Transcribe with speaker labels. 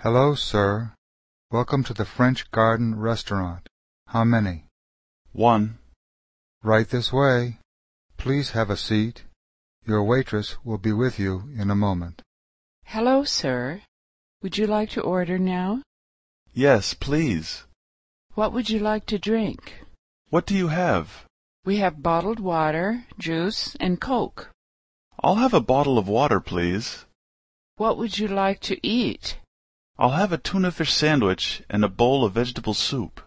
Speaker 1: Hello, sir. Welcome to the French Garden Restaurant. How many?
Speaker 2: One.
Speaker 1: Right this way. Please have a seat. Your waitress will be with you in a moment.
Speaker 3: Hello, sir. Would you like to order now?
Speaker 2: Yes, please.
Speaker 3: What would you like to drink?
Speaker 2: What do you have?
Speaker 3: We have bottled water, juice, and Coke.
Speaker 2: I'll have a bottle of water, please.
Speaker 3: What would you like to eat?
Speaker 2: I'll have a tuna fish sandwich and a bowl of vegetable soup.